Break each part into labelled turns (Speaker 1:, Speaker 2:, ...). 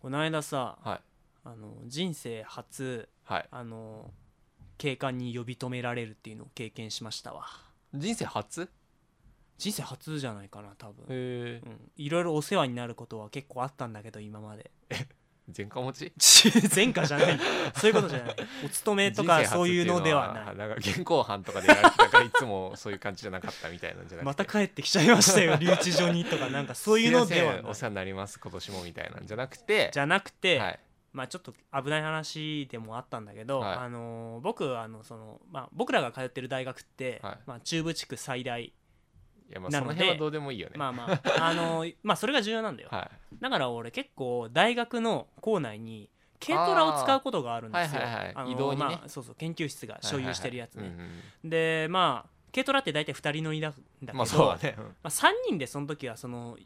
Speaker 1: この間さ、
Speaker 2: はい
Speaker 1: あの人生初
Speaker 2: はい
Speaker 1: あの警官に呼び止められるっていうのを経験しましたわ
Speaker 2: 人生初へ
Speaker 1: 人生初じゃないかな多分、
Speaker 2: え
Speaker 1: うん、いろいろお世話になることは結構あったんだけど今まで
Speaker 2: 前科持ち
Speaker 1: 前科じゃないそういうことじゃないお勤めとかそういうのではない
Speaker 2: いなんか現行犯とかでやられてたからいつもそういう感じじゃなかったみたいなんじゃなくて
Speaker 1: また帰ってきちゃいましたよ留置所にとかなんかそういうのでは
Speaker 2: すいません
Speaker 1: な
Speaker 2: お
Speaker 1: い
Speaker 2: 世話になります今年もみたいなんじゃなくて
Speaker 1: じゃなくて、
Speaker 2: はい
Speaker 1: まあ、ちょっと危ない話でもあったんだけど、
Speaker 2: はい
Speaker 1: あのー僕あのその、まあ、僕らが通ってる大学って、
Speaker 2: はい
Speaker 1: まあ、中部地区最大、
Speaker 2: いやまあ
Speaker 1: な
Speaker 2: そ
Speaker 1: の
Speaker 2: の
Speaker 1: で
Speaker 2: 辺はどうでもいいよね
Speaker 1: まあ まあ、あのーまあそれが重要なんだよ、
Speaker 2: は
Speaker 1: だから俺結構大学の校内に軽トラを使うことがあるんですよ
Speaker 2: あーはいはいはい
Speaker 1: あのー
Speaker 2: 移動にね
Speaker 1: まあ、そうそう研究室が
Speaker 2: い
Speaker 1: 所有してるやつね、
Speaker 2: はいはいはいうん
Speaker 1: でまあ軽トラって大体2人乗りなんだけ
Speaker 2: う
Speaker 1: ど、
Speaker 2: んまあそうだねうん
Speaker 1: まあ3人でその時はその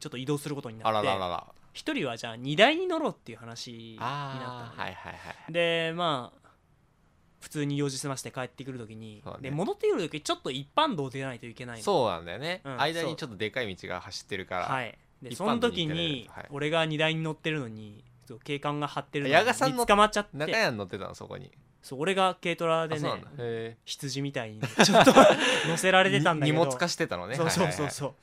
Speaker 1: ちょっと移動することにな
Speaker 2: あ
Speaker 1: っ
Speaker 2: ら
Speaker 1: て
Speaker 2: ららら
Speaker 1: 1人はじゃあ荷台に乗ろうっていう話にな
Speaker 2: あ
Speaker 1: った
Speaker 2: あ
Speaker 1: の
Speaker 2: は
Speaker 1: ね
Speaker 2: いはいはい
Speaker 1: でまあ普通に用事済まして帰ってくる時に、
Speaker 2: そうだ
Speaker 1: で
Speaker 2: ね
Speaker 1: 戻ってくる時ちょっと一般道出ないといけないの
Speaker 2: そうなんだよね、
Speaker 1: うん
Speaker 2: 間にちょっとでかい道が走ってるから、
Speaker 1: はいで
Speaker 2: 一
Speaker 1: そ
Speaker 2: 般
Speaker 1: の
Speaker 2: 道に
Speaker 1: 時
Speaker 2: 行けない
Speaker 1: に
Speaker 2: はい
Speaker 1: 俺が荷台に乗ってるのにそう警官が張ってるの
Speaker 2: 矢賀さん
Speaker 1: に
Speaker 2: の
Speaker 1: 捕まっちゃって
Speaker 2: 中屋に乗ってたのそこに
Speaker 1: そう俺が軽トラ
Speaker 2: あ
Speaker 1: で
Speaker 2: そうな
Speaker 1: ね
Speaker 2: んだへ
Speaker 1: 羊みたいにねちょっと乗せら
Speaker 2: え
Speaker 1: れてたんだ
Speaker 2: に
Speaker 1: けど
Speaker 2: 荷物化してたのね
Speaker 1: そうそうそうそう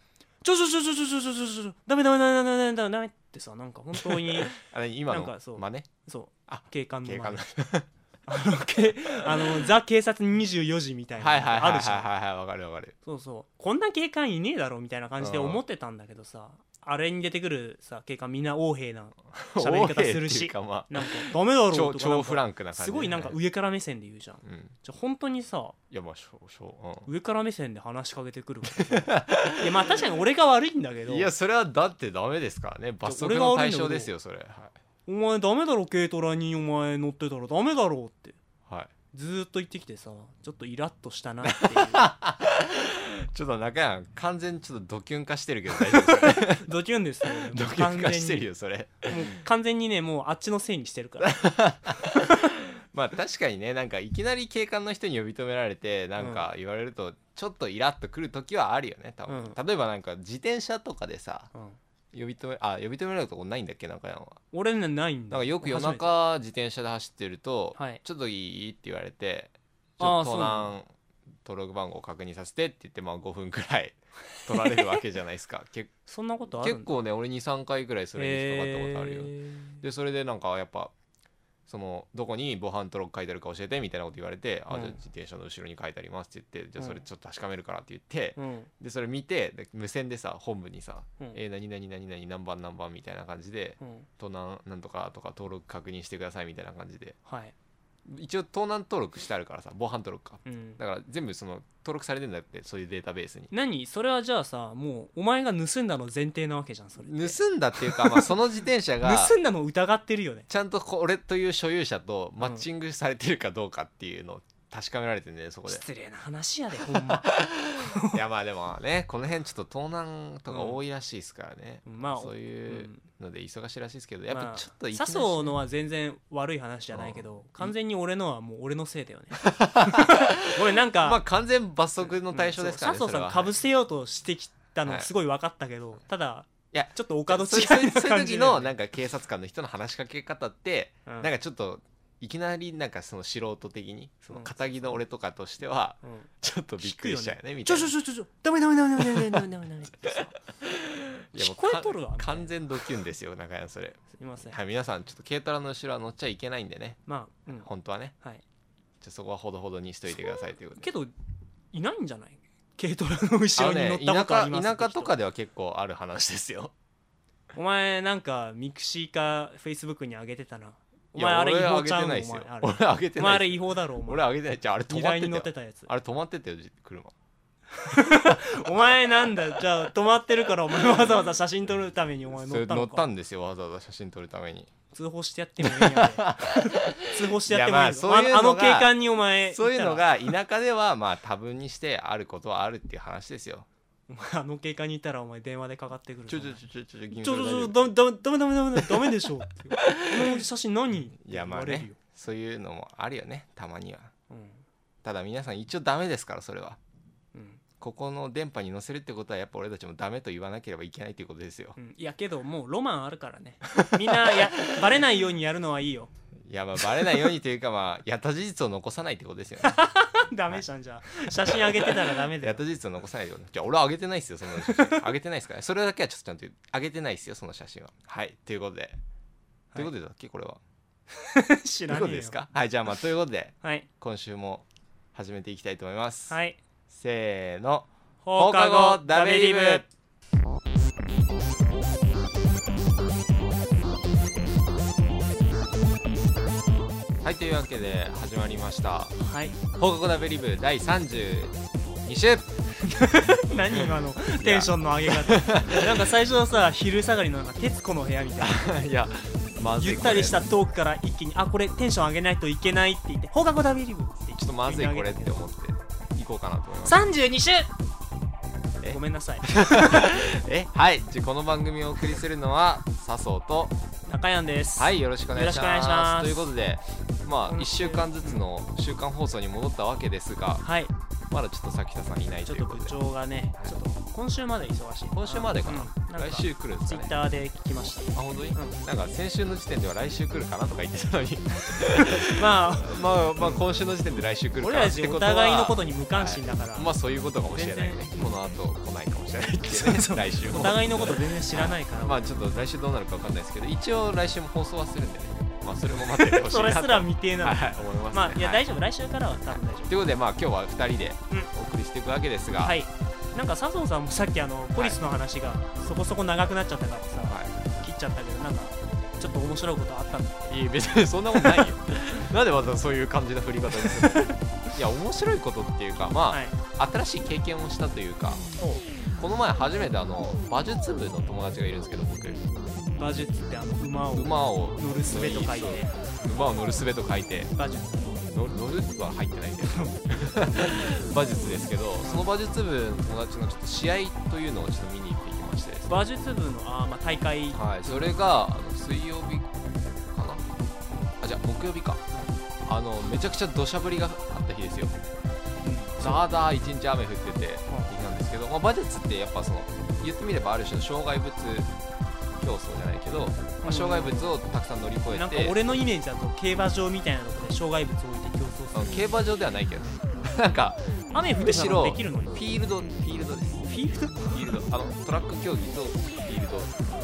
Speaker 1: ちょちょちょちょちょちょちょちょちょダメダメダメダメダメダメってさなんか本当に
Speaker 2: はいはいはいあれ今の
Speaker 1: なんかそう
Speaker 2: 真似
Speaker 1: そう
Speaker 2: あ
Speaker 1: 警官の
Speaker 2: 警
Speaker 1: 前
Speaker 2: 官の
Speaker 1: あのけあのザ警察24時みたいなの
Speaker 2: はいはいはい
Speaker 1: あ
Speaker 2: はい
Speaker 1: るじゃん
Speaker 2: はいはいわかるわ かる
Speaker 1: そうそうこんな警官いねえだろみたいな感じで思ってたんだけどさ、あれに出てくるさ警官みんな横 兵な喋り方する
Speaker 2: 王兵ってい
Speaker 1: し
Speaker 2: うかま
Speaker 1: なんかダメだろ
Speaker 2: あ
Speaker 1: うと
Speaker 2: 超
Speaker 1: か
Speaker 2: 超フラ
Speaker 1: ン
Speaker 2: ンクな感じ
Speaker 1: すごいなんか
Speaker 2: うんい
Speaker 1: 上から目線で言うじゃんじゃ本当にさ
Speaker 2: やまあしょうしょ
Speaker 1: 上から目線で話しかけてくるからさ いやまあ確かに俺が悪いんだけ
Speaker 2: う、
Speaker 1: ど
Speaker 2: うん、いやそれはだってダメですからね罰則の対象ですよそれはい
Speaker 1: お前ダメだろ軽トラにお前乗ってたらダメだろうって
Speaker 2: はい
Speaker 1: ずーっと言ってきてさちょっとイラッとしたなっ ていう
Speaker 2: ちょっと中屋完全にちょっとドキュン化してるけど大 丈夫ですか
Speaker 1: ドキュンですよ
Speaker 2: ドキュン化してるよそれ
Speaker 1: もう完全にねもうあっちのせいにしてるから
Speaker 2: まあ確かにねなんかいきなり警官の人に呼び止められてなんか言われるとちょっとイラッとくる時はあるよね多分、
Speaker 1: う
Speaker 2: 例えばなんか自転車とかでさ
Speaker 1: うん
Speaker 2: 呼び止めあ呼び止められるとこないんだっけ中山は
Speaker 1: 俺ねないんだ
Speaker 2: なんかよく夜中自転車で走ってると、
Speaker 1: はい
Speaker 2: ちょっといいって言われてち
Speaker 1: あー
Speaker 2: ょっと盗難登録番号を確認させてって言ってまあ5分くらい取られるわけじゃないで すかけ
Speaker 1: そんなことある
Speaker 2: 結構ね俺23回くらいそれに引っかかったことあるよ、でそれでなんかやっぱそのどこに防犯登録書いてあるか教えてみたいなこと言われて、
Speaker 1: う
Speaker 2: あ
Speaker 1: ん
Speaker 2: じゃあ自転車の後ろに書いてありますって言ってじゃあそれ
Speaker 1: うん
Speaker 2: ちょっと確かめるからって言って、
Speaker 1: うん
Speaker 2: でそれ見てで無線でさ本部にさ「
Speaker 1: うん
Speaker 2: えー、何々何々何番何番」みたいな感じで
Speaker 1: うん
Speaker 2: 「盗難なんとか」とか登録確認してくださいみたいな感じで
Speaker 1: はい
Speaker 2: 一応盗難登録してあるからさ防犯登録か
Speaker 1: うん
Speaker 2: だから全部その登録されてんだってそういうデータベースに
Speaker 1: 何それはじゃあさもうお前が盗んだの前提なわけじゃんそれって
Speaker 2: 盗んだっていうか、まあ、その自転車が
Speaker 1: 盗んだのを疑ってるよね
Speaker 2: ちゃんとこれという所有者とマッチングされてるかどうかっていうのを確かめられてねそこで
Speaker 1: 失礼な話やでほんま
Speaker 2: いやまあでもねこの辺ちょっと盗難とか多いらしいですからね、
Speaker 1: まあ
Speaker 2: そういううので忙しいらしいですけどやっ
Speaker 1: ま
Speaker 2: ぱ
Speaker 1: あ
Speaker 2: ちょっといきな
Speaker 1: 笹
Speaker 2: り
Speaker 1: 生のは全然悪い話じゃないけど完全に俺のはもう俺のせいだよ ねごめんなんか
Speaker 2: まあ完全罰則の対象ですからね、
Speaker 1: そう笹生さんかぶせようとしてきたのすごい分かったけど、ただ
Speaker 2: いや
Speaker 1: ちょっとお門違
Speaker 2: それ
Speaker 1: いな
Speaker 2: そういう
Speaker 1: 感じ
Speaker 2: 時
Speaker 1: だよ
Speaker 2: の
Speaker 1: ね
Speaker 2: なんか警察官の人の話しかけ方って、
Speaker 1: うん
Speaker 2: なんかちょっといきなりなんかその素人的にその
Speaker 1: うん
Speaker 2: 肩着の俺とかとしては
Speaker 1: うん
Speaker 2: ちょっとびっくりしちゃうよねみ
Speaker 1: ち
Speaker 2: た
Speaker 1: ょ
Speaker 2: い
Speaker 1: ち
Speaker 2: な
Speaker 1: ょちょちょちょダメダメダメダメダメダメダメダメってさ
Speaker 2: いやも
Speaker 1: 聞
Speaker 2: う
Speaker 1: こえとるわ
Speaker 2: か
Speaker 1: みたいな
Speaker 2: 完全ドキュンですよ中山それ
Speaker 1: すいません
Speaker 2: はい皆さんちょっと軽トラの後ろは乗っちゃいけないんでね
Speaker 1: まあうん
Speaker 2: 本当はね
Speaker 1: はい
Speaker 2: ちょそこはほどほどにしといてくださいということで
Speaker 1: けどいないんじゃない軽トラの後ろに乗っ
Speaker 2: あの
Speaker 1: たことありま
Speaker 2: ね
Speaker 1: す
Speaker 2: 田舎田舎
Speaker 1: って人
Speaker 2: とかでは結構ある話ですよ
Speaker 1: お前なんかミクシーかフェイスブックに上げてたなお
Speaker 2: い
Speaker 1: 前
Speaker 2: や
Speaker 1: あれ違
Speaker 2: 俺
Speaker 1: 法
Speaker 2: あ
Speaker 1: ち
Speaker 2: げ
Speaker 1: ゃう
Speaker 2: て
Speaker 1: のお
Speaker 2: ない
Speaker 1: 前
Speaker 2: ですよ
Speaker 1: あれ
Speaker 2: 俺あげて
Speaker 1: お前
Speaker 2: な
Speaker 1: あ
Speaker 2: いで
Speaker 1: れ
Speaker 2: す
Speaker 1: 違法だろお
Speaker 2: 俺
Speaker 1: 前
Speaker 2: あげてないじゃああれ止
Speaker 1: 荷
Speaker 2: まっ
Speaker 1: 台
Speaker 2: て
Speaker 1: に乗っ
Speaker 2: たよ
Speaker 1: てたやつ
Speaker 2: あれ止まってたよじ車
Speaker 1: お前なんだじゃあ止まってるからお前わざわざ写真撮るためにお前
Speaker 2: そ
Speaker 1: 乗
Speaker 2: れ
Speaker 1: った
Speaker 2: 乗
Speaker 1: の
Speaker 2: った
Speaker 1: か
Speaker 2: んですよわざわざ写真撮るために
Speaker 1: 通報してやってもいいんやで通報してやってもいい
Speaker 2: いやまあ
Speaker 1: よ
Speaker 2: そういうのが
Speaker 1: あの警官にお前
Speaker 2: そういうの
Speaker 1: 行っ
Speaker 2: が田舎ではまあ多分にしてあることはあるっていう話ですよ
Speaker 1: たらお前あの警官にいたらお前電話でかかってくるぞ
Speaker 2: ちょちょちょちょちょ君
Speaker 1: ちょ
Speaker 2: それ
Speaker 1: ちょ
Speaker 2: 大
Speaker 1: ち
Speaker 2: 丈夫
Speaker 1: ょダメダメダメダメダメダメでしょっていうこの写真何って
Speaker 2: いや
Speaker 1: 言
Speaker 2: ま
Speaker 1: わ
Speaker 2: あ
Speaker 1: れる
Speaker 2: ね
Speaker 1: よ、
Speaker 2: そういうのもあるよねたまには
Speaker 1: うん
Speaker 2: ただ皆さん一応ダメですからそれは
Speaker 1: うん
Speaker 2: ここの電波に乗せるってことはやっぱ俺たちもダメと言わなければいけないっていうことですよ
Speaker 1: うん、いやけどもうロマンあるからねみんなやバレないようにやるのはいいよ
Speaker 2: いやまあバレないようにというかまあやった事実を残さないってことですよ ね
Speaker 1: ダメじゃんじゃあ写真あげてたらダメだ
Speaker 2: や
Speaker 1: よ
Speaker 2: った事実を残さないようにじゃあ俺はあげてないっすよその写真あげてないっすからそれだけはちょっとちゃんとあげてないっすよその写真ははいということで、ということでだっけこれは
Speaker 1: 知
Speaker 2: とい
Speaker 1: らね
Speaker 2: うこ
Speaker 1: え
Speaker 2: と
Speaker 1: よ
Speaker 2: ですかはいじゃあまあということで
Speaker 1: はい
Speaker 2: 今週も始めていきたいと思います、
Speaker 1: はい
Speaker 2: せーの
Speaker 1: 放課後ダメリブ
Speaker 2: はいというわけで始まりました
Speaker 1: はい
Speaker 2: 放課後ダベリブ第32週
Speaker 1: 何今のテンションの上げ方なんか最初はさ昼下がりのなんか『徹子の部屋』 みたいない
Speaker 2: やまずい
Speaker 1: ゆったりし
Speaker 2: こ
Speaker 1: たトークから一気にあこれテンション上げないといけないって言って放課後ダビリブって
Speaker 2: れちょっとまずいこれって思って行こうかなと思います
Speaker 1: 32週
Speaker 2: え
Speaker 1: ごめんなさ い
Speaker 2: えはいじゃあこの番組をお送りするのは笹生と
Speaker 1: 中山です
Speaker 2: はいよろしくお願いし
Speaker 1: よろしくお願いしま
Speaker 2: ますすということでまあ
Speaker 1: うん
Speaker 2: 1週間ずつの週間放送に戻ったわけですが
Speaker 1: はい
Speaker 2: まだちょっと崎田さんいない
Speaker 1: ち
Speaker 2: と
Speaker 1: ょっ
Speaker 2: いう
Speaker 1: と
Speaker 2: こ
Speaker 1: 部
Speaker 2: とで
Speaker 1: 長がね
Speaker 2: はい
Speaker 1: ちょっと今週まで忙しい
Speaker 2: 今週までかな,、
Speaker 1: うんなん
Speaker 2: 来
Speaker 1: か
Speaker 2: 週来るんです
Speaker 1: ツイ
Speaker 2: か
Speaker 1: ッ
Speaker 2: ね
Speaker 1: ターで聞きました
Speaker 2: あ本当に、
Speaker 1: うん
Speaker 2: なんか先週の時点では来週来るかなとか言ってた のに
Speaker 1: まあ
Speaker 2: まあまあ今週の時点で来週来るか
Speaker 1: 俺
Speaker 2: な
Speaker 1: ら
Speaker 2: って
Speaker 1: じ
Speaker 2: ことは
Speaker 1: お互いのことに無関心だから、
Speaker 2: まあそういうことかもしれないね
Speaker 1: 全
Speaker 2: この後来ないかもしれないっていう
Speaker 1: そう
Speaker 2: ね
Speaker 1: そう
Speaker 2: 来週も
Speaker 1: お互いのこと全然知らないから、
Speaker 2: まあちょっと来週どうなるかわかんないですけど一応来週も放送はするんでねまあそれも待っててほ しい
Speaker 1: そ
Speaker 2: な
Speaker 1: れ
Speaker 2: と
Speaker 1: すら未定なの、
Speaker 2: はいはい思いますね
Speaker 1: まあいや
Speaker 2: はい
Speaker 1: 大丈夫来週からは多分大丈
Speaker 2: ということでまあ今日は2人で
Speaker 1: う
Speaker 2: お送りしていくわけです
Speaker 1: 夫
Speaker 2: が、
Speaker 1: はいいなんか佐藤さんもさっきあのポリスの話がそこそこ長くなっちゃったからさ、切っちゃったけどなんかちょっと面白いことあったんだ
Speaker 2: い、いや別にそんなことないよ なんでわざわざそういう感じの振り方にするの いや面白いことっていうかまあ、
Speaker 1: はい
Speaker 2: 新しい経験をしたというかこの前初めてあの馬術部の友達がいるんですけど僕
Speaker 1: 馬術ってあの馬を
Speaker 2: 馬を
Speaker 1: 乗る術と書いて
Speaker 2: そう馬を乗るすべと書いて
Speaker 1: 馬術
Speaker 2: 乗乗るは入ってないんだよ馬術ですけどその馬術部の友達のちょっと試合というのをちょっと見に行ってきましてですね
Speaker 1: 馬術部のあー、まあ、大会
Speaker 2: はい、それがあの水曜日かなあじゃあ木曜日かあのめちゃくちゃ土砂降りがあった日ですよザーザー一日雨降ってて日なんですけど、まあ、馬術ってやっぱその言ってみればある種の障害物競争じゃないけど、まあ、障害物をたくさん乗り越えて、
Speaker 1: なんか俺のイメージだと競馬場みたいなとこで障害物を置いて競
Speaker 2: あ
Speaker 1: 争
Speaker 2: の
Speaker 1: す
Speaker 2: 競馬場ではないけどね なんか
Speaker 1: る雨降っ
Speaker 2: む
Speaker 1: て
Speaker 2: した
Speaker 1: ら
Speaker 2: ろ
Speaker 1: で
Speaker 2: フ
Speaker 1: きる
Speaker 2: ィ
Speaker 1: のに
Speaker 2: ールドフィールドですフ
Speaker 1: フィールド
Speaker 2: ィールドあのトラック競技とフィールド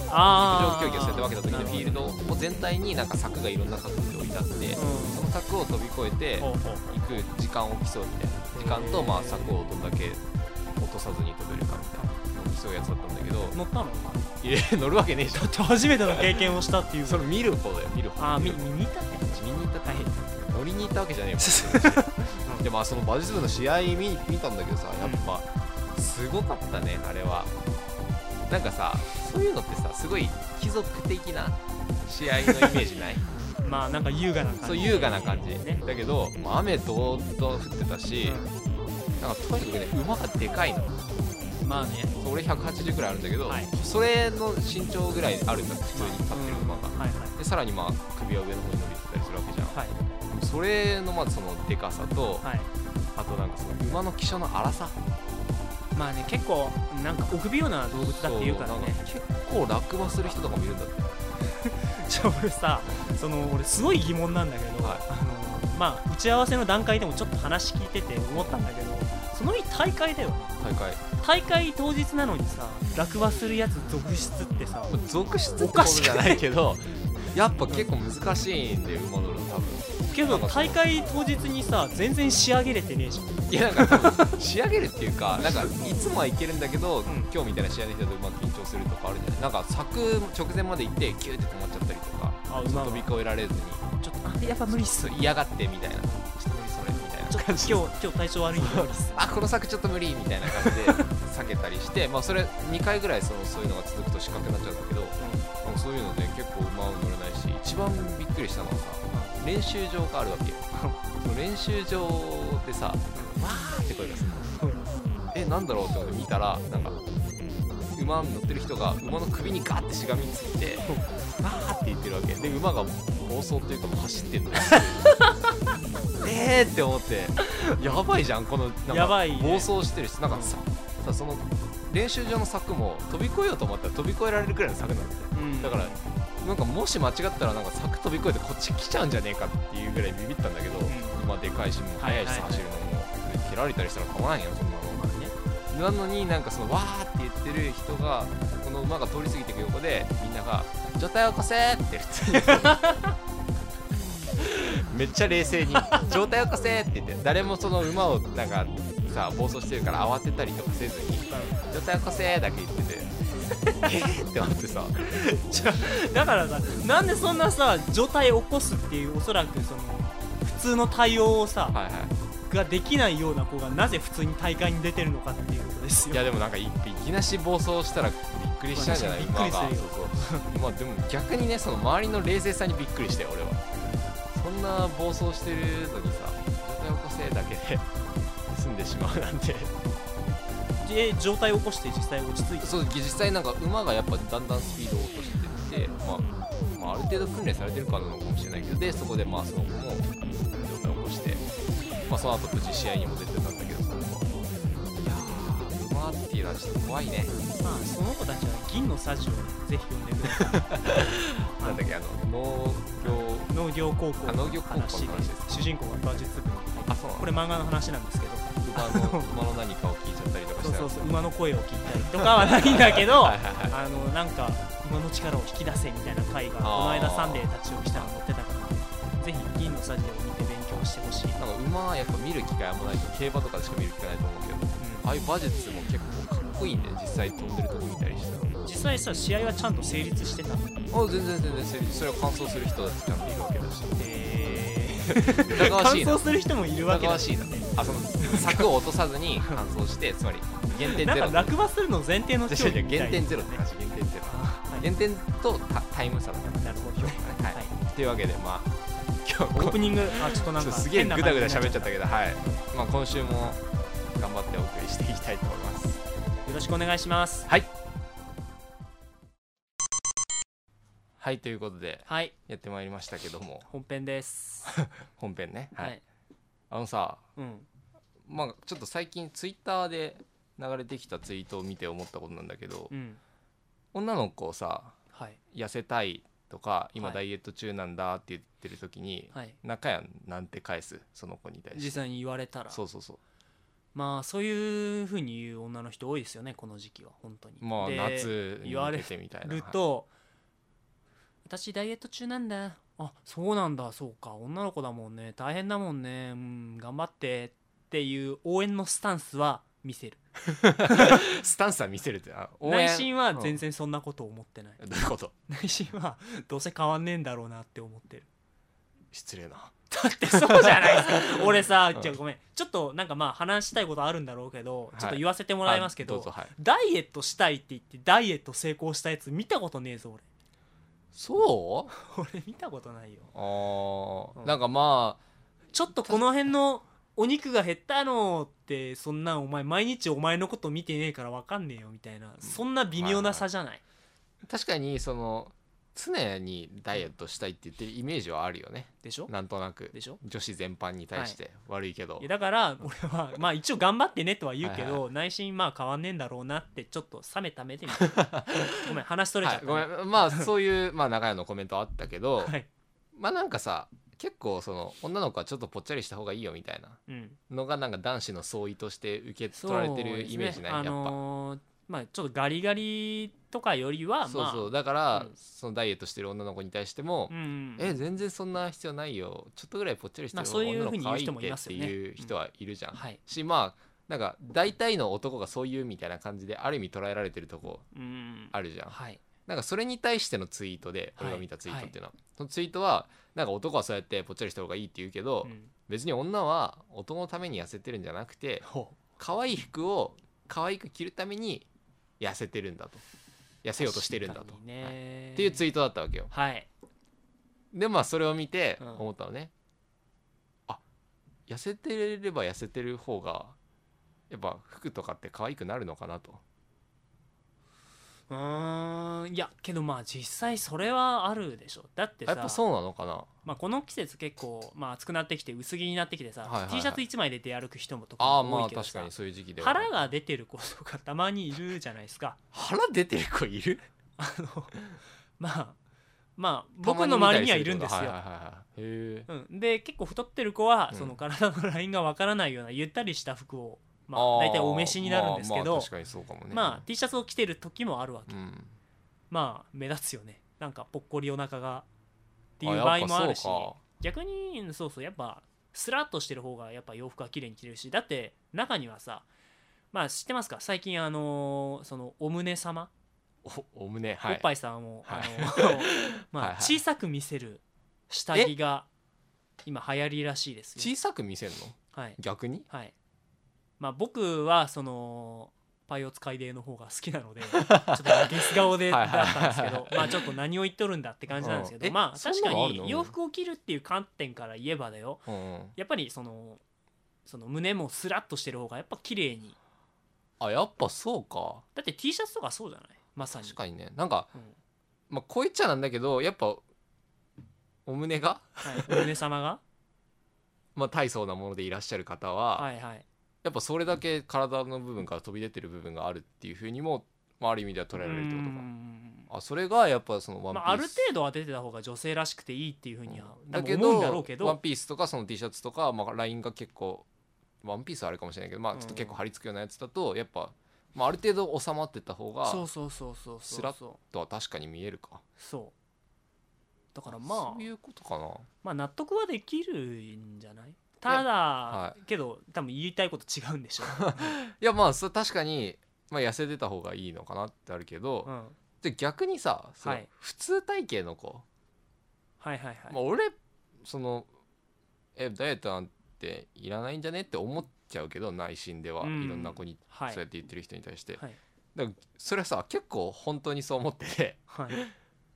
Speaker 1: あ
Speaker 2: 陸
Speaker 1: あ
Speaker 2: 上競技をそうやって分けた時のフィール
Speaker 1: ド
Speaker 2: ドを全体になんか柵がいろんな角で置いてあってその柵を飛び越えて
Speaker 1: ほうほう
Speaker 2: 行く時間を競うみたいな時間とまあ柵をどんだけ落とさずに飛べるかみたいなのを競うやつだったんだけど
Speaker 1: 乗ったの
Speaker 2: いや乗るわけねえじゃん
Speaker 1: 初めての経験をしたっていう
Speaker 2: それ見る方だよ見る方
Speaker 1: ああ見
Speaker 2: 見る
Speaker 1: 見に行ったって
Speaker 2: 見に行った大変乗りに行ったわけじゃねえよ
Speaker 1: うん
Speaker 2: でまあその馬術部の試合見見たんだけどさやっぱすごかったねあれはなんかさそういうのってさすごい貴族的な試合のイメージない
Speaker 1: まあなんか優雅な感じ
Speaker 2: そう優雅な感じ
Speaker 1: ね
Speaker 2: だけど、まあ、雨どーっと降ってたし、なんかとにかくね馬がでかいの
Speaker 1: うんまあね
Speaker 2: そう俺180ぐらいあるんだけど、
Speaker 1: はい
Speaker 2: それの身長ぐらいあるんだって普通に立ってる馬が、
Speaker 1: はいはい
Speaker 2: でさらにまあ首は上の方に伸びてたりするわけじゃん
Speaker 1: はい
Speaker 2: それのまずそのでかさと、
Speaker 1: はい
Speaker 2: あとなんかその馬の気象の荒さ
Speaker 1: まあね結構なんか臆病な動物だって言うからね
Speaker 2: そうなんか結構落馬する人とかもいるんだって
Speaker 1: じゃあ俺さその俺すごい疑問なんだけど、
Speaker 2: はい
Speaker 1: あのまあ打ち合わせの段階でもちょっと話聞いてて思ったんだけどその日大会だよね
Speaker 2: 大会
Speaker 1: 大会当日なのにさ落馬するやつ続出ってさ
Speaker 2: 続出ってことじゃないけどやっぱ結構難しいんで馬乗るの多分
Speaker 1: けど大会当日にさ全然仕上げれてねえじゃん
Speaker 2: いやなんか多分仕上げるっていうかなんかいつもはいけるんだけど、
Speaker 1: ん
Speaker 2: 今日みたいな試合の人と馬緊張するとかあるじゃないなんか柵直前まで行ってキューって止まっちゃったりとか
Speaker 1: あ
Speaker 2: ちょ
Speaker 1: 馬
Speaker 2: っ
Speaker 1: が
Speaker 2: と飛び越えられずに
Speaker 1: ちょっとあやっぱ無理っす
Speaker 2: ちょっと嫌がってみたいなちょっと無理それみたいな
Speaker 1: ちょっと今日今日体調悪いんで無理っす
Speaker 2: あこの柵ちょっと無理みたいな感じで避けたりして、まあ、それ2回ぐらいそのそういうのが続くと失格になっちゃうんだけど、まあそういうのね結構馬を乗れないし一番びっくりしたのはさ練習場があるわけよその練習場でさわーって声がするのえなんだろうって思って見たらなんか馬に乗ってる人が馬の首にガーってしがみついて わーって言ってるわけで馬が暴走というかもう走ってんのよえーって思ってやばいじゃんこのなん
Speaker 1: や
Speaker 2: か
Speaker 1: ばいね
Speaker 2: 暴走してるしなんか
Speaker 1: うん
Speaker 2: さ,、さその練習場の柵も飛び越えようと思ったら飛び越えられるくらいの柵なんだよ
Speaker 1: うん
Speaker 2: だからなんかもし間違ったらなんか柵飛び越えてこっち来ちゃうんじゃねえかっていうぐらいビビったんだけど、
Speaker 1: ん
Speaker 2: 今でかいしもう速いしさ
Speaker 1: はいはいはい
Speaker 2: 走るのもで蹴られたりしたら構わないよそんなの。
Speaker 1: まあね
Speaker 2: なのになんかそのわーって言ってる人がこの馬が通り過ぎていく横でみんなが「状態を起こせ!」って言ってめっちゃ冷静に「状態を起こせ!」って言って誰もその馬をなんかさ暴走してるから慌てたりとかせずに「状態を起こせ!」だけ言ってて「 えーって思ってさ
Speaker 1: じゃだからさなんでそんなさ状態起こすっていうおそらくその普通の対応をさ
Speaker 2: はいは
Speaker 1: ができないような子がなぜ普通に大会に出てるのかっていうことです
Speaker 2: いい
Speaker 1: よ
Speaker 2: やでもなんかいいきなし暴走したらびっくりしたんじゃない
Speaker 1: びっ
Speaker 2: 馬
Speaker 1: く
Speaker 2: が
Speaker 1: りするよ
Speaker 2: そうそうまあでも逆にねその周りの冷静さにびっくりして俺はそんな暴走してるのにさ状態を起こせだけで 済んでしまうなんて
Speaker 1: で状態起こして実際落ち着いて
Speaker 2: そう実際なんか馬がやっぱだんだんスピードを落としてって、まあ、まあある程度訓練されてるからなのかもしれないけどでそこでまあその子も状態を起こして、まあ、その後無事試合にも出てたんだけどその子はいやー馬っていうのはちょっと怖いね
Speaker 1: まあその子たちは銀のサジをぜひ読んでください
Speaker 2: なんだっけあの 農業
Speaker 1: 農業高校
Speaker 2: あ農
Speaker 1: の
Speaker 2: 業高校の
Speaker 1: 話
Speaker 2: 話ですか
Speaker 1: 主人公が馬術部に入って
Speaker 2: あそうなの
Speaker 1: これ漫画の話なんですけど
Speaker 2: 馬の馬の何かを聞いちゃったりとかし
Speaker 1: そう
Speaker 2: たら
Speaker 1: そうそう馬の声を聞いたりとかはないんだけど
Speaker 2: はいはい
Speaker 1: あのなんか馬の力を引き出せみたいな回がこの間「サンデー立ち読みしたの載ってたからぜひ銀のサジを見て勉強してほしい、うん、
Speaker 2: なんか馬はやっぱ見る機会もないと競馬とかでしか見る機会ないと思うけどああいう馬術も結構かっこいいんで実際飛んでるとこ見たりしたら
Speaker 1: 実際さ試合はちゃんと成立してた
Speaker 2: あ全然全然成立それを完走する人だってちゃんといるわけだし
Speaker 1: え
Speaker 2: 疑わしい
Speaker 1: 乾燥
Speaker 2: な
Speaker 1: する人もいるわけ
Speaker 2: 疑わ
Speaker 1: だ
Speaker 2: しいなあその柵を落とさずに完走してつまり減点ゼ
Speaker 1: なん
Speaker 2: ロ
Speaker 1: か落馬するの前提の競
Speaker 2: 違う
Speaker 1: 技
Speaker 2: 違う
Speaker 1: みたい
Speaker 2: 減点ゼロって話減点ゼロ
Speaker 1: あはい
Speaker 2: 減点とタタイム差だから
Speaker 1: なるほど、
Speaker 2: はい、
Speaker 1: はい
Speaker 2: というわけでまあ今日
Speaker 1: オープニングあちょっとなん
Speaker 2: ちょ
Speaker 1: か
Speaker 2: っとすげえ
Speaker 1: 変
Speaker 2: グ
Speaker 1: な
Speaker 2: ダグダ喋っちゃった
Speaker 1: よ
Speaker 2: けど、はい。まあ今週も頑張ってお送りしていきたいと思います。
Speaker 1: ろしくお願いします
Speaker 2: はい。はいということで
Speaker 1: はい
Speaker 2: やってまいりましたけども
Speaker 1: 本編です
Speaker 2: 本編ね、はい。あのさ、
Speaker 1: うん
Speaker 2: まあちょっと最近ツイッターで流れてきたツイートを見て思ったことなんだけど、
Speaker 1: うん
Speaker 2: 女の子をさ
Speaker 1: はい
Speaker 2: 痩せたいとか今
Speaker 1: はい
Speaker 2: ダイエット中なんだって言ってる時に、
Speaker 1: はい
Speaker 2: 中やんなんて返すその子に対して。
Speaker 1: 実際に言われたら
Speaker 2: そうそうそう。
Speaker 1: まあそういうふうに言う女の人多いですよねこの時期は本当に
Speaker 2: まあ
Speaker 1: で
Speaker 2: 夏に
Speaker 1: 言わ
Speaker 2: 向
Speaker 1: れ
Speaker 2: けてみたいな。
Speaker 1: ると「私ダイエット中なんだあそうなんだそうか女の子だもんね大変だもんねうん頑張って」っていう応援のスタンスは見せる
Speaker 2: スタンスは見せるってな応援
Speaker 1: 内心は全然そんなこと思ってない、
Speaker 2: うんどういうこと
Speaker 1: 内心はどうせ変わんねえんだろうなって思ってる
Speaker 2: 失礼な
Speaker 1: だってそうじゃない ですか俺さ、
Speaker 2: うん
Speaker 1: じゃあごめんちょっとなんかまあ話したいことあるんだろうけど、
Speaker 2: はい
Speaker 1: ちょっと言わせてもらいますけ
Speaker 2: あ
Speaker 1: ど
Speaker 2: うぞはい
Speaker 1: ダイエットしたいって言ってダイエット成功したやつ見たことねえぞ俺
Speaker 2: そう
Speaker 1: 俺 見たことないよ
Speaker 2: あ、
Speaker 1: う
Speaker 2: ー
Speaker 1: ん
Speaker 2: なんかまあ
Speaker 1: ちょっとこの辺のお肉が減ったのってそんなんお前毎日お前のこと見てねえからわかんねえよみたいなそんな微妙な差じゃない、
Speaker 2: 確かにその常にダイエットしたいって言ってるイメージはあるよね
Speaker 1: でしょ
Speaker 2: なんとなく
Speaker 1: でしょ
Speaker 2: 女子全般に対して悪いけど、
Speaker 1: いやだから俺はまあ一応頑張ってねとは言うけど、
Speaker 2: はい
Speaker 1: 内心まあ変わんねえんだろうなってちょっと冷めた目で見て るごめん話取れちゃ
Speaker 2: は
Speaker 1: った
Speaker 2: い
Speaker 1: ね、
Speaker 2: ごめんまあそういう、まあ、中屋のコメントあったけど、
Speaker 1: はい
Speaker 2: まあなんかさ結構その女の子はちょっとぽっちゃりした方がいいよみたいな
Speaker 1: うん
Speaker 2: のがなんか男子の相違として受け
Speaker 1: そう
Speaker 2: 取られてるイメー
Speaker 1: です
Speaker 2: ジ
Speaker 1: ね
Speaker 2: ない、
Speaker 1: あ
Speaker 2: やっぱ
Speaker 1: のーまあちょっとガリガリとかよりは
Speaker 2: そう
Speaker 1: まあ
Speaker 2: そうだから、
Speaker 1: うん
Speaker 2: そのダイエットしてる女の子に対しても、
Speaker 1: うん
Speaker 2: え全然そんな必要ないよちょっとぐらいぽっちゃりして
Speaker 1: まあ
Speaker 2: る
Speaker 1: そういう
Speaker 2: 女の
Speaker 1: ふう
Speaker 2: 子
Speaker 1: に
Speaker 2: 可
Speaker 1: 言う
Speaker 2: 愛い
Speaker 1: 人もい
Speaker 2: っ
Speaker 1: ま
Speaker 2: て
Speaker 1: すよね
Speaker 2: いう人はいるじゃん、
Speaker 1: はい
Speaker 2: しまあなんか大体の男がそういうみたいな感じである意味捉えられてるとこ
Speaker 1: うん
Speaker 2: あるじゃん、
Speaker 1: はい
Speaker 2: なんかそれに対してのツイートで
Speaker 1: はい
Speaker 2: 俺が見たツイートっていうのは、そのツイートはなんか男はそうやってぽっちゃりした方がいいって言うけど、
Speaker 1: うん
Speaker 2: 別に女は男のために痩せてるんじゃなくて
Speaker 1: ほ
Speaker 2: 可愛い服を可愛く着るために痩せてるんだと痩せようとしてるんだと、
Speaker 1: 確かに
Speaker 2: はい
Speaker 1: ね
Speaker 2: っていうツイートだったわけよ
Speaker 1: はい
Speaker 2: でまあそれを見て
Speaker 1: うん
Speaker 2: 思ったのね、あ痩せてれば痩せてる方がやっぱ服とかって可愛くなるのかなと
Speaker 1: うーんいやけどまあ実際それはあるでしょだって
Speaker 2: やっぱ
Speaker 1: さ、
Speaker 2: そうなのかな
Speaker 1: まあ、この季節結構、まあ、暑くなってきて薄着になってきてさ、
Speaker 2: はいはいはい
Speaker 1: T シャツ1枚で出歩く人もとか
Speaker 2: ああ
Speaker 1: も
Speaker 2: ま
Speaker 1: 多
Speaker 2: あ
Speaker 1: いけど
Speaker 2: 確
Speaker 1: さ
Speaker 2: かにそういう時期では
Speaker 1: 腹が出てる子とかたまにいるじゃないですか
Speaker 2: 腹出てる子いる
Speaker 1: あのまあまあ僕の周りにはいるんですよ、
Speaker 2: はいはいはいはいへえ
Speaker 1: うん、で結構太ってる子は、
Speaker 2: うん
Speaker 1: その体のラインがわからないようなゆったりした服を、まあ、
Speaker 2: ー
Speaker 1: 大体お召しになるんですけ
Speaker 2: まあまあ
Speaker 1: ど、
Speaker 2: 確かにそうかもね
Speaker 1: まあ T シャツを着てる時もあるわけ、
Speaker 2: うん
Speaker 1: まあ目立つよねなんかぽっこりお腹がってい
Speaker 2: あ
Speaker 1: う
Speaker 2: や
Speaker 1: 場合
Speaker 2: ぱ
Speaker 1: もあるし
Speaker 2: そうか
Speaker 1: 逆にそうそうやっぱスラッとしてる方がやっぱ洋服は綺麗に着れるしだって中にはさまあ知ってますか最近あのーそのお胸様、
Speaker 2: おお胸はい
Speaker 1: おっぱいさんを、
Speaker 2: はい
Speaker 1: あ のまあ
Speaker 2: はいはい
Speaker 1: 小さく見せる下着が今流行りらしいですよ
Speaker 2: 小さく見せるの
Speaker 1: はい
Speaker 2: 逆に
Speaker 1: はいまあ僕はそのパイオツ海底の方が好きな のでちょっとゲス顔でだったんですけ
Speaker 2: はいはい
Speaker 1: どまあちょっと何を言っとるんだって感じなんですけ
Speaker 2: うん
Speaker 1: ど
Speaker 2: え
Speaker 1: まあ
Speaker 2: そん
Speaker 1: 確
Speaker 2: な
Speaker 1: か
Speaker 2: のあるの
Speaker 1: に洋服を着るっていう観点から言えばだよ
Speaker 2: うんうん
Speaker 1: やっぱりそのその胸もスラッとしてる方がやっぱ綺麗に
Speaker 2: あやっぱそうか
Speaker 1: だって T シャツとかそうじゃないまさに
Speaker 2: 確かにねなんか
Speaker 1: うん
Speaker 2: まあこう言っちゃなんだけどやっぱお胸が
Speaker 1: はい、お胸様 が
Speaker 2: まあ大層なものでいらっしゃる方は
Speaker 1: はいはい
Speaker 2: やっぱそれだけ体の部分から飛び出てる部分があるっていうふうにも、まあ、ある意味では捉えられるってこ
Speaker 1: う
Speaker 2: とか
Speaker 1: ん
Speaker 2: あそれがやっぱそのワンピ
Speaker 1: ま
Speaker 2: ース、
Speaker 1: あ、ある程度は出てた方が女性らしくていいっていうふうには
Speaker 2: う
Speaker 1: 多
Speaker 2: んだ
Speaker 1: 分
Speaker 2: け
Speaker 1: 思うん
Speaker 2: ど
Speaker 1: だろうけ
Speaker 2: ワ
Speaker 1: ど
Speaker 2: ンピースとかその T シャツとか、まあ、ラインが結構ワンピースはあれかもしれないけど、まあ、ちょっと結構張り付くようなやつだとやっぱ、まあ、ある程度収まってた方が
Speaker 1: そうそうそうそう
Speaker 2: ス
Speaker 1: そ
Speaker 2: ラ
Speaker 1: う
Speaker 2: ッ
Speaker 1: そう
Speaker 2: とは確かに見えるか
Speaker 1: そうだからま
Speaker 2: そう
Speaker 1: あ
Speaker 2: いうことかな
Speaker 1: まあ納得はできるんじゃないただ、
Speaker 2: は
Speaker 1: けど多分言いたいこと違うん でしょ、
Speaker 2: いやまあそう確かに、まあ、痩せてた方がいいのかなってあるけど、
Speaker 1: うん、はい
Speaker 2: で逆にさ、その
Speaker 1: はい
Speaker 2: 普通体型の子、
Speaker 1: はいはい、
Speaker 2: まあ、俺そのえダイエットなんていらないんじゃねって思っちゃうけど内心では、
Speaker 1: うん
Speaker 2: いろんな子に
Speaker 1: はい
Speaker 2: そうやって言ってる人に対して、
Speaker 1: はい
Speaker 2: だからそれはさ結構本当にそう思ってて
Speaker 1: はい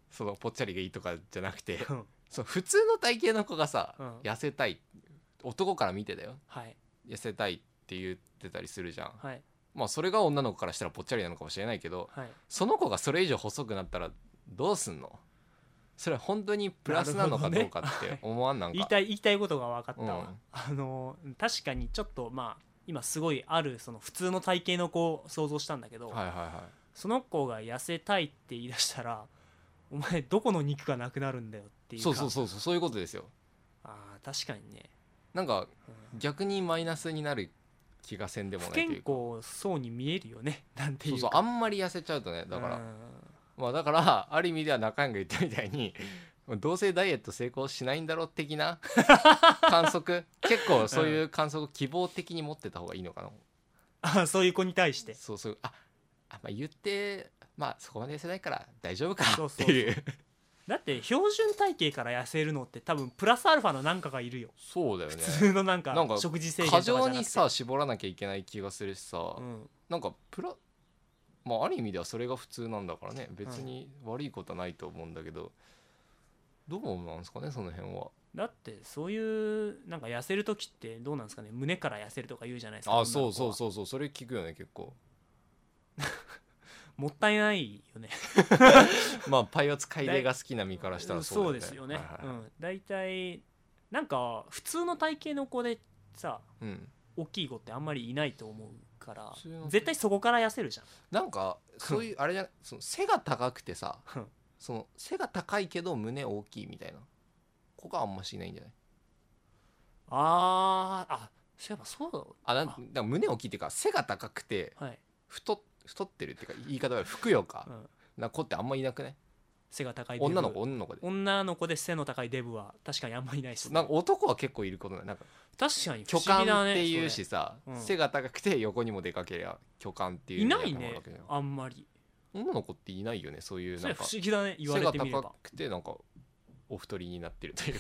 Speaker 2: そのぽっちゃりがいいとかじゃなくて
Speaker 1: うん
Speaker 2: その普通の体型の子がさ、
Speaker 1: うん
Speaker 2: 痩せたい男から見てだよ
Speaker 1: はい
Speaker 2: 痩せたいって言ってたりするじゃん
Speaker 1: はい
Speaker 2: まあそれが女の子からしたらぽっちゃりなのかもしれないけど
Speaker 1: はい
Speaker 2: その子がそれ以上細くなったらどうすんのそれは本当にプラスなのかどうかって思わんなんか、
Speaker 1: 言いたい言いたいことが分かったわ、
Speaker 2: うん
Speaker 1: あの確かにちょっとまあ今すごいあるその普通の体型の子を想像したんだけど、
Speaker 2: はいはいはい
Speaker 1: その子が痩せたいって言い出したらお前どこの肉がなくなるんだよっていうか
Speaker 2: そうそうそうそうそういうことですよ
Speaker 1: あー確かにね、
Speaker 2: なんか
Speaker 1: うん
Speaker 2: 逆にマイナスになる気がせんでも
Speaker 1: 不
Speaker 2: ないと
Speaker 1: 健
Speaker 2: いうか
Speaker 1: 康そうに見えるよね なんてい
Speaker 2: そう
Speaker 1: う
Speaker 2: そう
Speaker 1: か
Speaker 2: あんまり痩せちゃうとねだから、
Speaker 1: うん
Speaker 2: まあだから ある意味では中山が言ったみたいに どうせダイエット成功しないんだろう 的な観測結構そういう観測を希望的に持ってた方がいいのかな、
Speaker 1: あそういう子に対して
Speaker 2: そうそうああ、まあ、言ってまあそこまで痩せないから大丈夫か
Speaker 1: そう
Speaker 2: っ
Speaker 1: そ
Speaker 2: て
Speaker 1: う
Speaker 2: いう
Speaker 1: だって標準体型から痩せるのって多分プラスアルファの何かがいるよ
Speaker 2: そうだよ
Speaker 1: 普通のなん
Speaker 2: な
Speaker 1: か
Speaker 2: んか
Speaker 1: 食事制限と
Speaker 2: 過
Speaker 1: かじゃな
Speaker 2: 剰
Speaker 1: くて
Speaker 2: にさ絞らなきゃいけない気がするしさ、
Speaker 1: うん
Speaker 2: なんかプラまあある意味ではそれが普通なんだからね別に悪いことはないと思うんだけど、どう思うんですかねその辺は
Speaker 1: だってそういうなんか痩せる時ってどうなんですかね胸から痩せるとか言うじゃないですか
Speaker 2: あそうそう
Speaker 1: う
Speaker 2: そうそうそれ聞くよね結 構
Speaker 1: もったいないよね
Speaker 2: まあパイオツ海底が好きな身からしたら
Speaker 1: そう
Speaker 2: そうだよね
Speaker 1: ですよね、
Speaker 2: はいはいはい
Speaker 1: うん、大体なんか普通の体型の子でさ
Speaker 2: うん、
Speaker 1: 大きい子ってあんまりいないと思うから
Speaker 2: 普通の
Speaker 1: 絶対そこから痩せるじゃん
Speaker 2: なんかそう いうあれじゃないその背が高くてさ
Speaker 1: うん
Speaker 2: その背が高いけど胸大きいみたいな子があんましいないんじゃない
Speaker 1: あーあそういえばそうだ
Speaker 2: あなん
Speaker 1: あ
Speaker 2: なんか胸大きいっていうか背が高くて
Speaker 1: はい、
Speaker 2: 太っ太ってるっていうか言い方がふくよか
Speaker 1: うん、
Speaker 2: な子ってあんまいなくね
Speaker 1: 背が高いデブ
Speaker 2: 女の子女の子で
Speaker 1: 女の子で背の高いデブは確かにあんまりいないですね
Speaker 2: なんか男は結構いることないなんか
Speaker 1: 確かに不
Speaker 2: 巨
Speaker 1: 思
Speaker 2: 漢
Speaker 1: 議だね
Speaker 2: っていう
Speaker 1: そ
Speaker 2: しさ、
Speaker 1: うん
Speaker 2: 背が高くて横にも出かけりゃ巨漢って
Speaker 1: れ
Speaker 2: いう
Speaker 1: いな
Speaker 2: 意
Speaker 1: い
Speaker 2: 味だと思う
Speaker 1: ね
Speaker 2: わけじゃん
Speaker 1: あんまり
Speaker 2: 女の子っていないよねそういう
Speaker 1: そ
Speaker 2: な
Speaker 1: れ
Speaker 2: ん
Speaker 1: 不
Speaker 2: か
Speaker 1: 思議だね言わ
Speaker 2: 背
Speaker 1: れ
Speaker 2: が
Speaker 1: てみれば
Speaker 2: 高くてなんかお太りになってるとい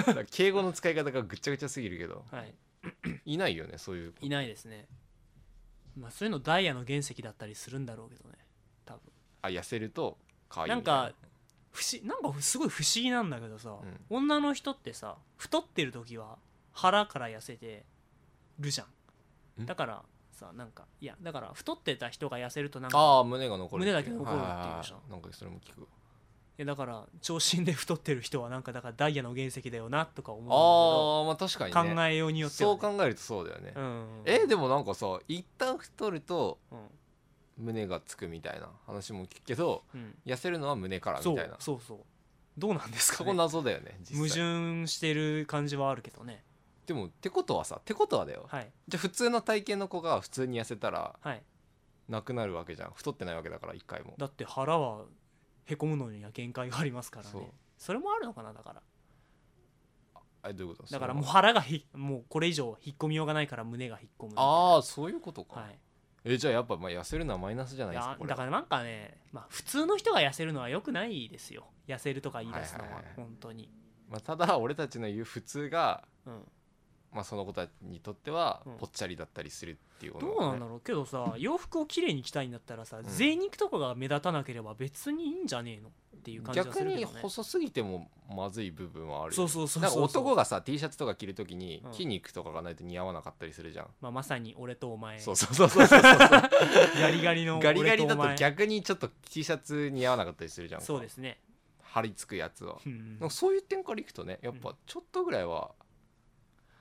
Speaker 2: うかなんか敬語の使い方がぐっちゃぐちゃすぎるけど
Speaker 1: はい
Speaker 2: いないよねそういう
Speaker 1: いないですねまあそういうのダイヤの原石だったりするんだろうけどね多分
Speaker 2: あ痩せると可愛い
Speaker 1: なん
Speaker 2: みたい
Speaker 1: か不思なんかすごい不思議なんだけどさ、
Speaker 2: う
Speaker 1: 女の人ってさ太ってる時は腹から痩せてるじゃん
Speaker 2: ん
Speaker 1: だからさなんかいやだから太ってた人が痩せるとなんか
Speaker 2: ああ胸が残る
Speaker 1: 胸だけ残るっていう
Speaker 2: はは
Speaker 1: じゃん
Speaker 2: なんかそれも聞く
Speaker 1: いやだから長身で太ってる人はなんかだからダイヤの原石だよなとか思うんだけど
Speaker 2: ああまあ確かにね
Speaker 1: 考えようによっては
Speaker 2: そう
Speaker 1: ね、
Speaker 2: 考えるとそうだよね、
Speaker 1: うん、
Speaker 2: えでもなんかさ一旦太ると
Speaker 1: うん
Speaker 2: 胸がつくみたいな話も聞くけど
Speaker 1: うん、
Speaker 2: 痩せるのは胸からみた
Speaker 1: そ
Speaker 2: いうなそ
Speaker 1: そうそうどうなんですか、
Speaker 2: こ
Speaker 1: ね、
Speaker 2: 謎だよね実際
Speaker 1: 矛盾してる感じはあるけどね
Speaker 2: でもってことはさってことはだよ、
Speaker 1: はい
Speaker 2: じゃあ普通の体型の子が普通に痩せたら
Speaker 1: はい
Speaker 2: なくなるわけじゃん太ってないわけだから一回も
Speaker 1: だって腹はへこむのには限界がありますからね
Speaker 2: そう
Speaker 1: それもあるのかなだから
Speaker 2: えどういうこと
Speaker 1: だから
Speaker 2: そ
Speaker 1: もう
Speaker 2: の
Speaker 1: 腹がひもうこれ以上引っ込みようがないから胸が引っ込むみたいな
Speaker 2: ああそういうことか、
Speaker 1: はい
Speaker 2: えじゃあやっぱまあ痩せるのはマイナスじゃないいです
Speaker 1: や
Speaker 2: かこれ
Speaker 1: だからなんかね、まあ、普通の人が痩せるのは良くないですよ痩せるとか言い出すのは,、
Speaker 2: はいはいはい
Speaker 1: 本当に、
Speaker 2: まあ、ただ俺たちの言う普通が、
Speaker 1: うん、
Speaker 2: まあ、その子たちにとっては
Speaker 1: うん
Speaker 2: ぽっちゃりだったりするっていうこと
Speaker 1: どうなん
Speaker 2: ね
Speaker 1: だろうけどさ洋服を綺麗に着たいんだったらさ、
Speaker 2: ん
Speaker 1: 贅肉とかが目立たなければ別にいいんじゃねえのっていう感じがす
Speaker 2: 逆
Speaker 1: るけ
Speaker 2: に
Speaker 1: どね
Speaker 2: 細すぎてもまずい部分はあるよね
Speaker 1: そうそうそう
Speaker 2: なんか
Speaker 1: そう
Speaker 2: 男がさ T シャツとか着るときに
Speaker 1: うん
Speaker 2: 筋肉とかがないと似合わなかったりするじゃん、
Speaker 1: まあ、まさに俺とお前
Speaker 2: そうそうそうそうそうそう
Speaker 1: ガリガリの
Speaker 2: ガリガ
Speaker 1: 俺
Speaker 2: リだ
Speaker 1: お
Speaker 2: と
Speaker 1: 前
Speaker 2: 逆にちょっと T シャツ似合わなかったりするじゃん
Speaker 1: そうですね、
Speaker 2: 張り付くやつは、
Speaker 1: うん
Speaker 2: なんかそういう点からいくとねやっぱちょっとぐらいは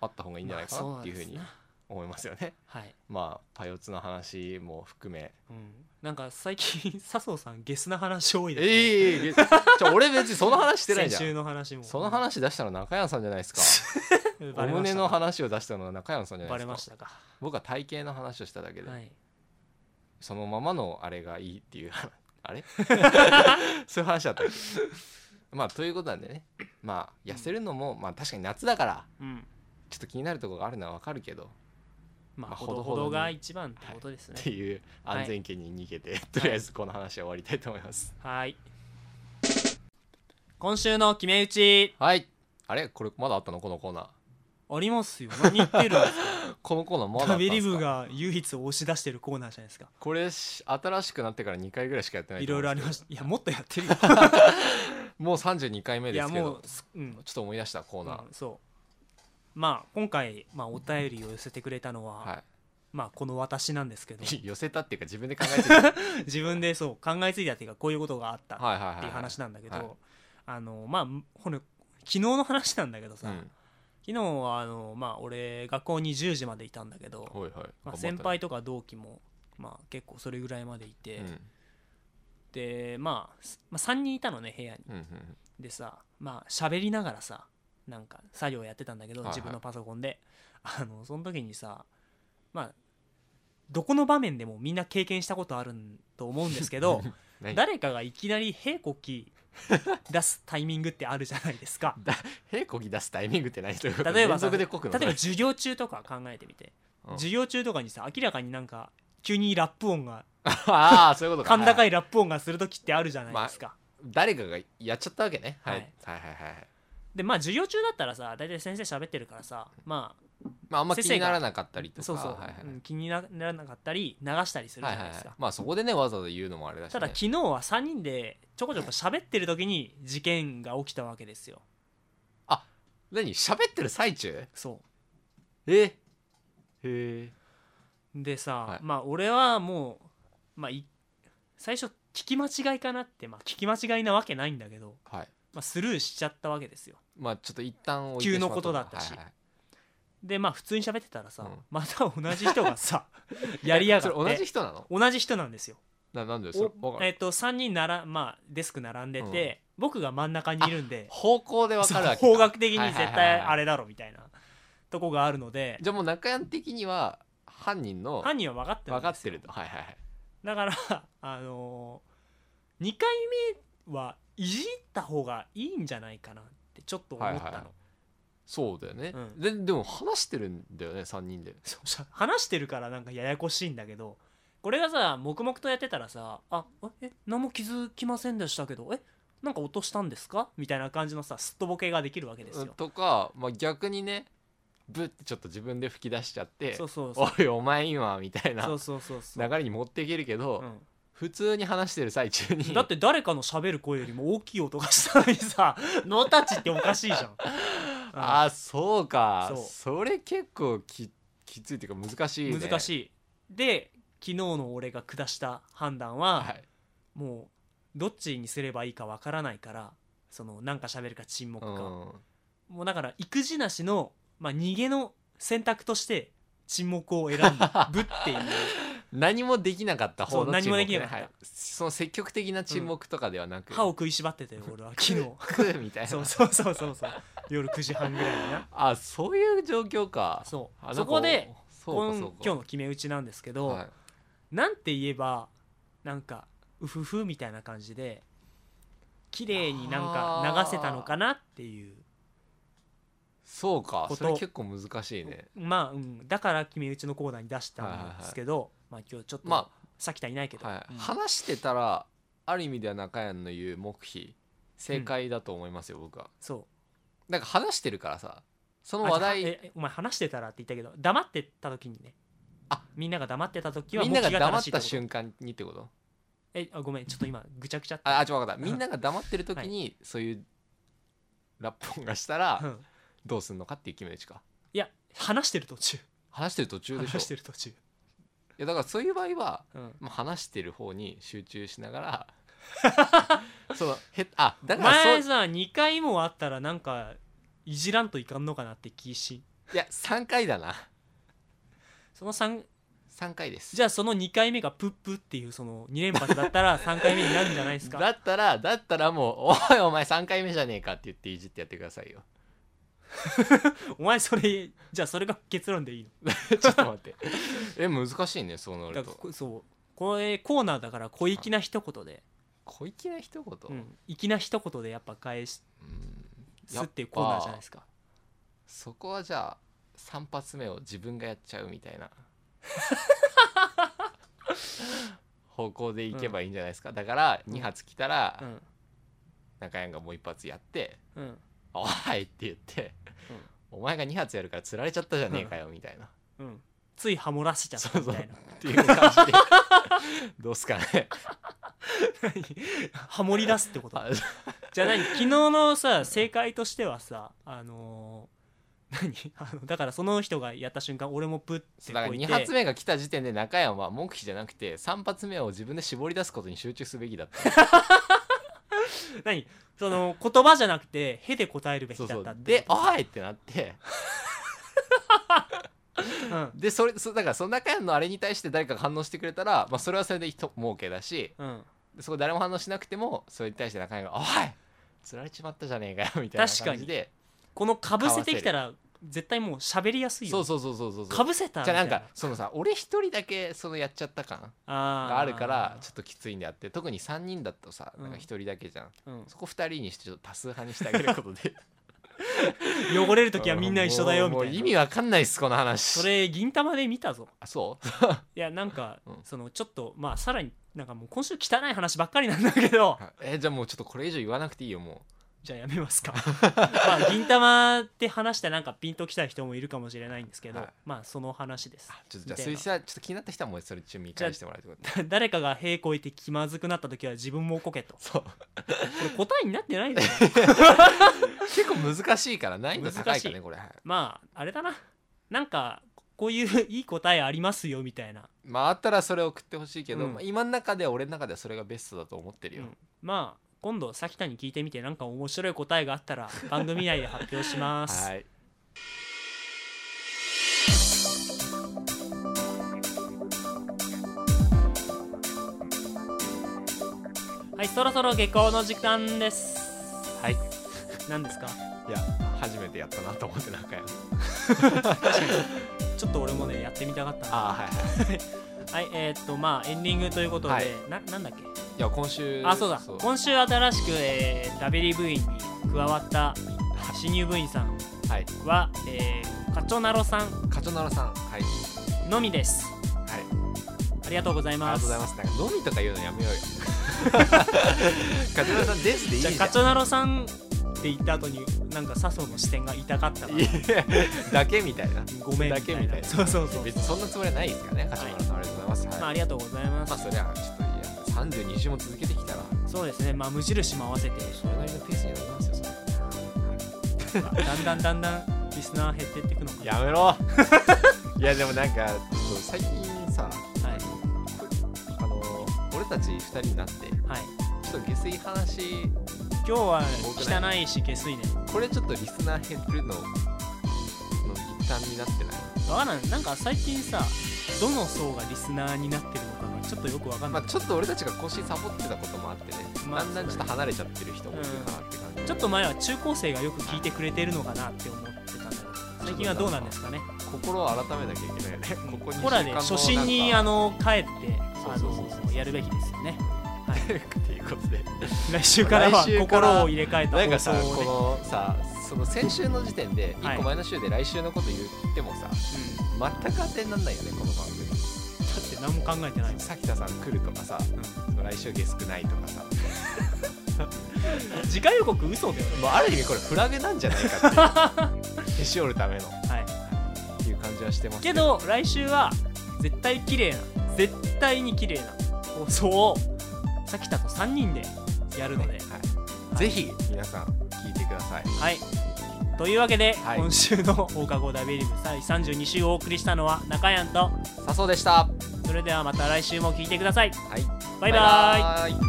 Speaker 2: あった方がいいんじゃないか
Speaker 1: まあ
Speaker 2: なっていうふうに
Speaker 1: そなんです
Speaker 2: 思いますよね、
Speaker 1: なはい、
Speaker 2: まあパヨツの話も含め
Speaker 1: うん、なんか最近 笹生さんゲスな話 多いですね、
Speaker 2: ええじゃあ俺別にその話してないじゃ
Speaker 1: 先週
Speaker 2: ん
Speaker 1: の話も
Speaker 2: その話出したの中山さんじゃないですか
Speaker 1: うん
Speaker 2: お
Speaker 1: バレまし
Speaker 2: 胸
Speaker 1: た
Speaker 2: の話を出したのが中山さんじゃな
Speaker 1: バ
Speaker 2: いで
Speaker 1: レ
Speaker 2: す
Speaker 1: ま
Speaker 2: か
Speaker 1: したか
Speaker 2: 僕は体型の話をしただけで、
Speaker 1: はい
Speaker 2: そのままのあれがいいっていう あれそういう話だったっけまあということなんでねまあ痩せるのも、まあ確かに夏だから
Speaker 1: うん
Speaker 2: ちょっと気になるところがあるのはわかるけど
Speaker 1: まあ
Speaker 2: まあ
Speaker 1: ほど
Speaker 2: ほ
Speaker 1: ほ
Speaker 2: どほど
Speaker 1: ど
Speaker 2: に
Speaker 1: が一番ってことです
Speaker 2: って
Speaker 1: ね
Speaker 2: いう安全圏に逃げて、とりあえずこの話は終わりたいと思います
Speaker 1: はい今週の決め打ち
Speaker 2: はいあれこれまだあったのこのコーナ
Speaker 1: ありますよ何言ってるんですか
Speaker 2: ーこのコーナー まだあったん
Speaker 1: 旅
Speaker 2: で
Speaker 1: リ
Speaker 2: す
Speaker 1: ブ
Speaker 2: か
Speaker 1: が唯一押し出してるコーナーじゃないですか
Speaker 2: これし新しくなってから2回ぐらいしかやってない
Speaker 1: い
Speaker 2: と
Speaker 1: ろ
Speaker 2: 思
Speaker 1: いろあ
Speaker 2: うん
Speaker 1: り
Speaker 2: です
Speaker 1: ましたいやもっとやってるよ
Speaker 2: けどもう32回目
Speaker 1: い
Speaker 2: で
Speaker 1: や
Speaker 2: すけ
Speaker 1: もう
Speaker 2: ど
Speaker 1: すうん
Speaker 2: ちょっと思い出したコーナー
Speaker 1: う、んそうまあ今回、まあ、お便りを寄せてくれたのは、
Speaker 2: は
Speaker 1: まあこの私なんですけど
Speaker 2: い寄せたっていうか自分で考え てたはい
Speaker 1: 自分でそう考えついたっていうかこういうことがあったっ
Speaker 2: はいはい、はい、
Speaker 1: ていう話なんだけど、
Speaker 2: はい
Speaker 1: あのまあほの昨日の話なんだけどさ、
Speaker 2: うん
Speaker 1: 昨日はあの、まあ、俺学校に10時までいたんだけど、
Speaker 2: はいはい
Speaker 1: まあ、先輩とか同期も、まあ、結構それぐらいまでいて、
Speaker 2: うん
Speaker 1: で、まあ、すまあ3人いたのね部屋に
Speaker 2: うんうん
Speaker 1: でさまあ喋りながらさなんか作業やってたんだけど
Speaker 2: はいはい
Speaker 1: 自分のパソコンで、あのその時にさまあどこの場面でもみんな経験したことあるんと思うんですけ ど
Speaker 2: 何
Speaker 1: 誰かがいきなり「へこ き」出すタイミングってあるじゃないですか
Speaker 2: 屁こぎ出すタイミングって何ということ
Speaker 1: 例えば
Speaker 2: 連
Speaker 1: さ例
Speaker 2: 続で
Speaker 1: え
Speaker 2: こく
Speaker 1: ば
Speaker 2: の
Speaker 1: 授業中とか考えてみて、
Speaker 2: うん
Speaker 1: 授業中とかにさ明らかになんか急にラップ音が
Speaker 2: ああそういうことか
Speaker 1: 甲高
Speaker 2: い
Speaker 1: いラップ音がする時ってあるじゃないですか、
Speaker 2: 誰かがやっちゃったわけねはい
Speaker 1: はい
Speaker 2: はいはいはい
Speaker 1: でまあ授業中だったらさ大体先生喋ってるからさまあ
Speaker 2: まああんま気
Speaker 1: 先
Speaker 2: に
Speaker 1: 生が
Speaker 2: ならなかったりとか
Speaker 1: そうそう、
Speaker 2: はいはいはい
Speaker 1: うん気にならなかったり流したりするじ
Speaker 2: はい
Speaker 1: ゃ
Speaker 2: は
Speaker 1: ないい
Speaker 2: は
Speaker 1: で
Speaker 2: い
Speaker 1: すか、
Speaker 2: まあそこでねわざわざ言うのもあれだしね
Speaker 1: ただ昨日は3人でちょこちょこ喋ってる時に事件が起きたわけですよ
Speaker 2: 何喋ってる最中
Speaker 1: そ
Speaker 2: えへえ
Speaker 1: うでさ、
Speaker 2: はい
Speaker 1: まあ俺はもう、まあ、い最初聞き間違いかなって、まあ、聞き間違いなわけないんだけど、
Speaker 2: はい
Speaker 1: まあ、スルーしちゃったわけですよ
Speaker 2: まあちょっと一旦置いて
Speaker 1: 急
Speaker 2: しま
Speaker 1: の
Speaker 2: った
Speaker 1: ことだったし
Speaker 2: はいはい
Speaker 1: でまあ普通に喋ってたらさ、
Speaker 2: うん
Speaker 1: また同じ人が さやりやがっ
Speaker 2: それ同じ
Speaker 1: て
Speaker 2: 人なの
Speaker 1: 同じ人なんですよ
Speaker 2: ななんでそれわか
Speaker 1: え
Speaker 2: る
Speaker 1: っと3人なら、まあ、デスク並んでて、僕が真ん中にいるんで
Speaker 2: 方向でわかるわけか
Speaker 1: 方角的に絶
Speaker 2: はいはい
Speaker 1: 対
Speaker 2: はいはい
Speaker 1: あれだろみたいなとこがあるので
Speaker 2: じゃあもう中山的には犯人の
Speaker 1: 犯人は分かってるん
Speaker 2: 分か
Speaker 1: で
Speaker 2: っ
Speaker 1: す
Speaker 2: て
Speaker 1: よ
Speaker 2: るとはいはいはい
Speaker 1: だから あのー、2回目はいじった方がいいんじゃないかなってちょっと思ったの、
Speaker 2: はいはいはいそうだよね、
Speaker 1: うん
Speaker 2: ででも話してるんだよね3人で
Speaker 1: そうしゃ話してるからなんかややこしいんだけどこれがさ黙々とやってたらさ「あえ何も気づきませんでしたけどえなんか落としたんですか?」みたいな感じのさすっとぼけができるわけですよ。
Speaker 2: とか、まあ、逆にねブッてちょっと自分で吹き出しちゃって
Speaker 1: そうそうそう
Speaker 2: おいお前今」みたいな
Speaker 1: そうそうそうそう
Speaker 2: 流れに持っていけるけど、
Speaker 1: うん
Speaker 2: 普通に話してる最中に
Speaker 1: だって誰かの喋る声よりも大きい音がしたのにさ 「ノ ータッチ」っておかしいじゃん。
Speaker 2: ああそうか
Speaker 1: そう
Speaker 2: それ結構ききついっていうか難しい、ね、
Speaker 1: 難しいで昨日の俺が下した判断は、
Speaker 2: はい
Speaker 1: もうどっちにすればいいかわからないからそのなんか喋るか沈黙
Speaker 2: う
Speaker 1: か、
Speaker 2: ん
Speaker 1: もうだから育児なしの、まあ、逃げの選択として沈黙を 選んだぶっていう
Speaker 2: 何もできなかった方の
Speaker 1: そう何
Speaker 2: 沈
Speaker 1: も
Speaker 2: 黙、
Speaker 1: で
Speaker 2: ね、
Speaker 1: きなかった
Speaker 2: はいその積極的な沈黙とかではなく、
Speaker 1: 歯を食いしばってた よ俺は昨日
Speaker 2: 食うみたいな
Speaker 1: そうそうそうそうそう夜9時半ぐらいにな
Speaker 2: あそういう状況か
Speaker 1: そ
Speaker 2: あな
Speaker 1: うん
Speaker 2: か
Speaker 1: そこで
Speaker 2: そう
Speaker 1: 今
Speaker 2: か
Speaker 1: 今
Speaker 2: そうか
Speaker 1: 日の決め打ちなんですけど、
Speaker 2: はい
Speaker 1: なんて言えばなんかうふふみたいな感じで綺麗になんか流せたのかなっていう
Speaker 2: そうか
Speaker 1: こと
Speaker 2: それ結構難しいね
Speaker 1: まあ、うん、だから決め打ちのコーナーに出したんですけど、まあ今日ちょっと、
Speaker 2: ま
Speaker 1: さっきたいないけど、
Speaker 2: あ、は
Speaker 1: う
Speaker 2: い
Speaker 1: ん
Speaker 2: 話してたらある意味では中谷の言う黙秘正解だと思いますよ、僕は
Speaker 1: そう
Speaker 2: なんか話してるからさその
Speaker 1: あ
Speaker 2: 話
Speaker 1: じゃあ
Speaker 2: 題
Speaker 1: ええお前話してたらって言ったけど黙ってた時にね
Speaker 2: あ
Speaker 1: みんなが黙ってた時は
Speaker 2: みんなが
Speaker 1: 黙
Speaker 2: 黙った瞬間にってこと
Speaker 1: えあごめんちょっと今ぐちゃぐちゃって
Speaker 2: ああちょっと分かったみんなが黙ってる時にそういうラップ音がした
Speaker 1: う
Speaker 2: ら
Speaker 1: ん
Speaker 2: どうすんのかっていう決め打ちか
Speaker 1: いや話してる途中
Speaker 2: 話してる途中でしょ
Speaker 1: 話して
Speaker 2: い
Speaker 1: る途中、
Speaker 2: やだからそういう場合は
Speaker 1: うん、
Speaker 2: まあ、話してる方に集中しなが らそのへあだからそう
Speaker 1: 前さ2回もあったらなんかいじらんといかんのかなって気し
Speaker 2: いや3回だな
Speaker 1: その3
Speaker 2: 3回です
Speaker 1: じゃあその2回目がプップっていうその2連発だったら3回目になるんじゃない です
Speaker 2: だ
Speaker 1: か
Speaker 2: ったらだったらもう「お いお前3回目じゃねえか」って言っていじってやってくださいよ
Speaker 1: お前それじゃあそれが結論でいい
Speaker 2: ちょっと待ってえ難しいねそうな
Speaker 1: の
Speaker 2: る
Speaker 1: だから
Speaker 2: と
Speaker 1: こそうこれコーナーだから小粋な一言で、
Speaker 2: 小粋な一
Speaker 1: う
Speaker 2: 言、
Speaker 1: ん、粋な一言でやっぱ返す
Speaker 2: うんやっぱ
Speaker 1: っていうコーナーじゃないですか
Speaker 2: そこはじゃあ3発目を自分がやっちゃうみた いな方向でいけばいいんじゃないですか、だから2発来たら、
Speaker 1: うん
Speaker 2: 中山がもう一発やって
Speaker 1: うん
Speaker 2: 「おい!」って言って、お前が2発やるから釣られちゃったじゃねえかよ」みたいな、
Speaker 1: うんついハモらせちゃったみたいな
Speaker 2: っていう感 じでどうすかね
Speaker 1: ハモり出すってこと
Speaker 2: あ
Speaker 1: じゃあ何昨日のさ正解としてはさあのー何あのだからその人がやった瞬間俺もプッて
Speaker 2: だから
Speaker 1: こう
Speaker 2: 2
Speaker 1: いて
Speaker 2: 発目が来た時点で中山は黙秘じゃなくて3発目を自分で絞り出すことに集中すべきだった
Speaker 1: 何その言葉じゃなくて「 へ」で答えるべ
Speaker 2: そ
Speaker 1: き
Speaker 2: う
Speaker 1: だ
Speaker 2: そ
Speaker 1: った
Speaker 2: う
Speaker 1: って
Speaker 2: で「
Speaker 1: こと
Speaker 2: おい!」ってなって
Speaker 1: うん
Speaker 2: でそれそだからその中山のあれに対して誰かが反応してくれたら、まあ、それはそれで一儲けだし
Speaker 1: うん、
Speaker 2: でそこ誰も反応しなくてもそれに対して中山が「おい釣られちまったじゃねえかよ」みたいな感じで
Speaker 1: このかぶせてきたら絶対もう喋りやすいよ
Speaker 2: そうそうそうそうそうそう
Speaker 1: かぶせたみ
Speaker 2: じ
Speaker 1: た
Speaker 2: ゃ
Speaker 1: い
Speaker 2: あなんかそのさ俺一人だけそのやっちゃった感
Speaker 1: あー
Speaker 2: があるからちょっときついんであって特に3人だとさ
Speaker 1: うん
Speaker 2: なんか一人だけじゃん、
Speaker 1: うん
Speaker 2: そこ2人にしてちょっと多数派にしてあげることで
Speaker 1: 汚れる 時はみんな一緒だよみ
Speaker 2: もう
Speaker 1: た
Speaker 2: もう
Speaker 1: い
Speaker 2: 意
Speaker 1: な
Speaker 2: 味わかんないっすこの話
Speaker 1: それ銀玉で見たぞ
Speaker 2: あそう
Speaker 1: いやなんか、
Speaker 2: うん
Speaker 1: そのちょっとまあさらになんかもう今週汚い話ばっかりなんだけ ど
Speaker 2: えじゃあもうちょっとこれ以上言わなくていいよも
Speaker 1: じゃあやめますか まあ銀玉って話してなんかピンときた人もいるかもしれないんですけど、
Speaker 2: はい
Speaker 1: まあその話です
Speaker 2: うあちょっとじゃあ
Speaker 1: みたいな
Speaker 2: 鈴木さんちょっと気になった人はもうそれ中見返してもらうってことで
Speaker 1: 誰かが屁こいて気まずくなった時は自分もこけと
Speaker 2: そう
Speaker 1: これ答えになって ないの
Speaker 2: 結構難しいから難易度高いから
Speaker 1: 難し
Speaker 2: ねこれはい
Speaker 1: まああれだななんかこういういい答えありますよみたいな
Speaker 2: まああったらそれを送ってほしいけど、
Speaker 1: うん
Speaker 2: まあ今の中では俺の中ではそれがベストだと思ってるよ、
Speaker 1: うんまあ今度さきたに聞いてみてなんか面白い答えがあったら 番組内で発表します
Speaker 2: はい
Speaker 1: はいそろそろ下校の時間です
Speaker 2: はい
Speaker 1: 何ですか
Speaker 2: いや初めてやったなと思って中山
Speaker 1: ちょっと俺もねやってみたかったな
Speaker 2: あはいはい
Speaker 1: はいえーっとまあエンディングということで、
Speaker 2: はい
Speaker 1: ななんだっけ
Speaker 2: いや今週
Speaker 1: あそうだ今週新しく、えー、ダベリ部員に加わった新入部員さん
Speaker 2: はい
Speaker 1: は、えー、カチョナロさん
Speaker 2: カチョナラさんはいはい
Speaker 1: のみです
Speaker 2: あり
Speaker 1: ありがとうござい
Speaker 2: が
Speaker 1: ま
Speaker 2: とう
Speaker 1: す
Speaker 2: ございますなんか飲みとか言うのやめようよ カチョナラさんですでい
Speaker 1: じ
Speaker 2: いじ
Speaker 1: ゃ
Speaker 2: ゃ
Speaker 1: あ
Speaker 2: ん
Speaker 1: カチョナロさんって言った後になんか笹生の視点が痛かったから
Speaker 2: いやだけみたいな
Speaker 1: ごめん
Speaker 2: だけみたいな
Speaker 1: そうそうそう
Speaker 2: 別にそんなつもりはないですからねカチョナラさんありがとうございます
Speaker 1: まあ、
Speaker 2: は
Speaker 1: あ
Speaker 2: い
Speaker 1: りがとうございます、
Speaker 2: まあそれはちょっといや32週も続けてきたら
Speaker 1: そうですねまあ無印も合わせて、
Speaker 2: それなりのペースになりますよそれ
Speaker 1: まあだんだんだんだん リスナー減ってっていくのかな
Speaker 2: やめろいやでもなんかちょっと最近さたち2人になってち
Speaker 1: はい
Speaker 2: ょっと下水話
Speaker 1: 今日は
Speaker 2: 多く
Speaker 1: 汚
Speaker 2: ない
Speaker 1: し下水ね
Speaker 2: これちょっとリスナー減るのの一端になってない
Speaker 1: わからんなんか最近さどの層がリスナーになってるのかがちょっとよくわかん
Speaker 2: ま
Speaker 1: な
Speaker 2: あ
Speaker 1: い、
Speaker 2: ちょっと俺たちが腰サボってたこともあってね、
Speaker 1: まあ
Speaker 2: だんだんちょっと離れちゃってる人もいるかなって感じ、
Speaker 1: ちょっと前は中高生がよく聞いてくれてるのかなって思ってたんだけど最近はどうなんですかね
Speaker 2: 心を改めなきゃいけないよねここに
Speaker 1: ほらで初心にあの帰ってあ
Speaker 2: そうそうそうそ
Speaker 1: の
Speaker 2: う
Speaker 1: やるべきですよねはい
Speaker 2: っていうこと で
Speaker 1: 来週からは
Speaker 2: 来週から
Speaker 1: 心を入れ替えた
Speaker 2: なんか
Speaker 1: 放
Speaker 2: さ
Speaker 1: 送を
Speaker 2: こ
Speaker 1: ね
Speaker 2: のさその先週の時点で
Speaker 1: はい
Speaker 2: 1個前の週で来週のこと言っても
Speaker 1: う
Speaker 2: さ
Speaker 1: ん
Speaker 2: 全く当てにならないよねこの番組
Speaker 1: だって何も考えてないもん
Speaker 2: さきたさん来るとかさ来週ゲスくないとかさ、
Speaker 1: 次回予告嘘だよね
Speaker 2: まあ、ある意味これフラグなんじゃないか っていうへし折るための
Speaker 1: はい
Speaker 2: っていう感じはしてます
Speaker 1: けど来週は絶対綺麗な絶対に綺麗な放送をさきたと3人でやるので
Speaker 2: ねはい、ぜひ皆さん聞いてください
Speaker 1: はいというわけで、
Speaker 2: はい
Speaker 1: 今週の放課後ダビリブ第32週をお送りしたのは中やんと
Speaker 2: 笹生でした
Speaker 1: それではまた来週も聞いてください
Speaker 2: はい
Speaker 1: バイバイ
Speaker 2: バイバイ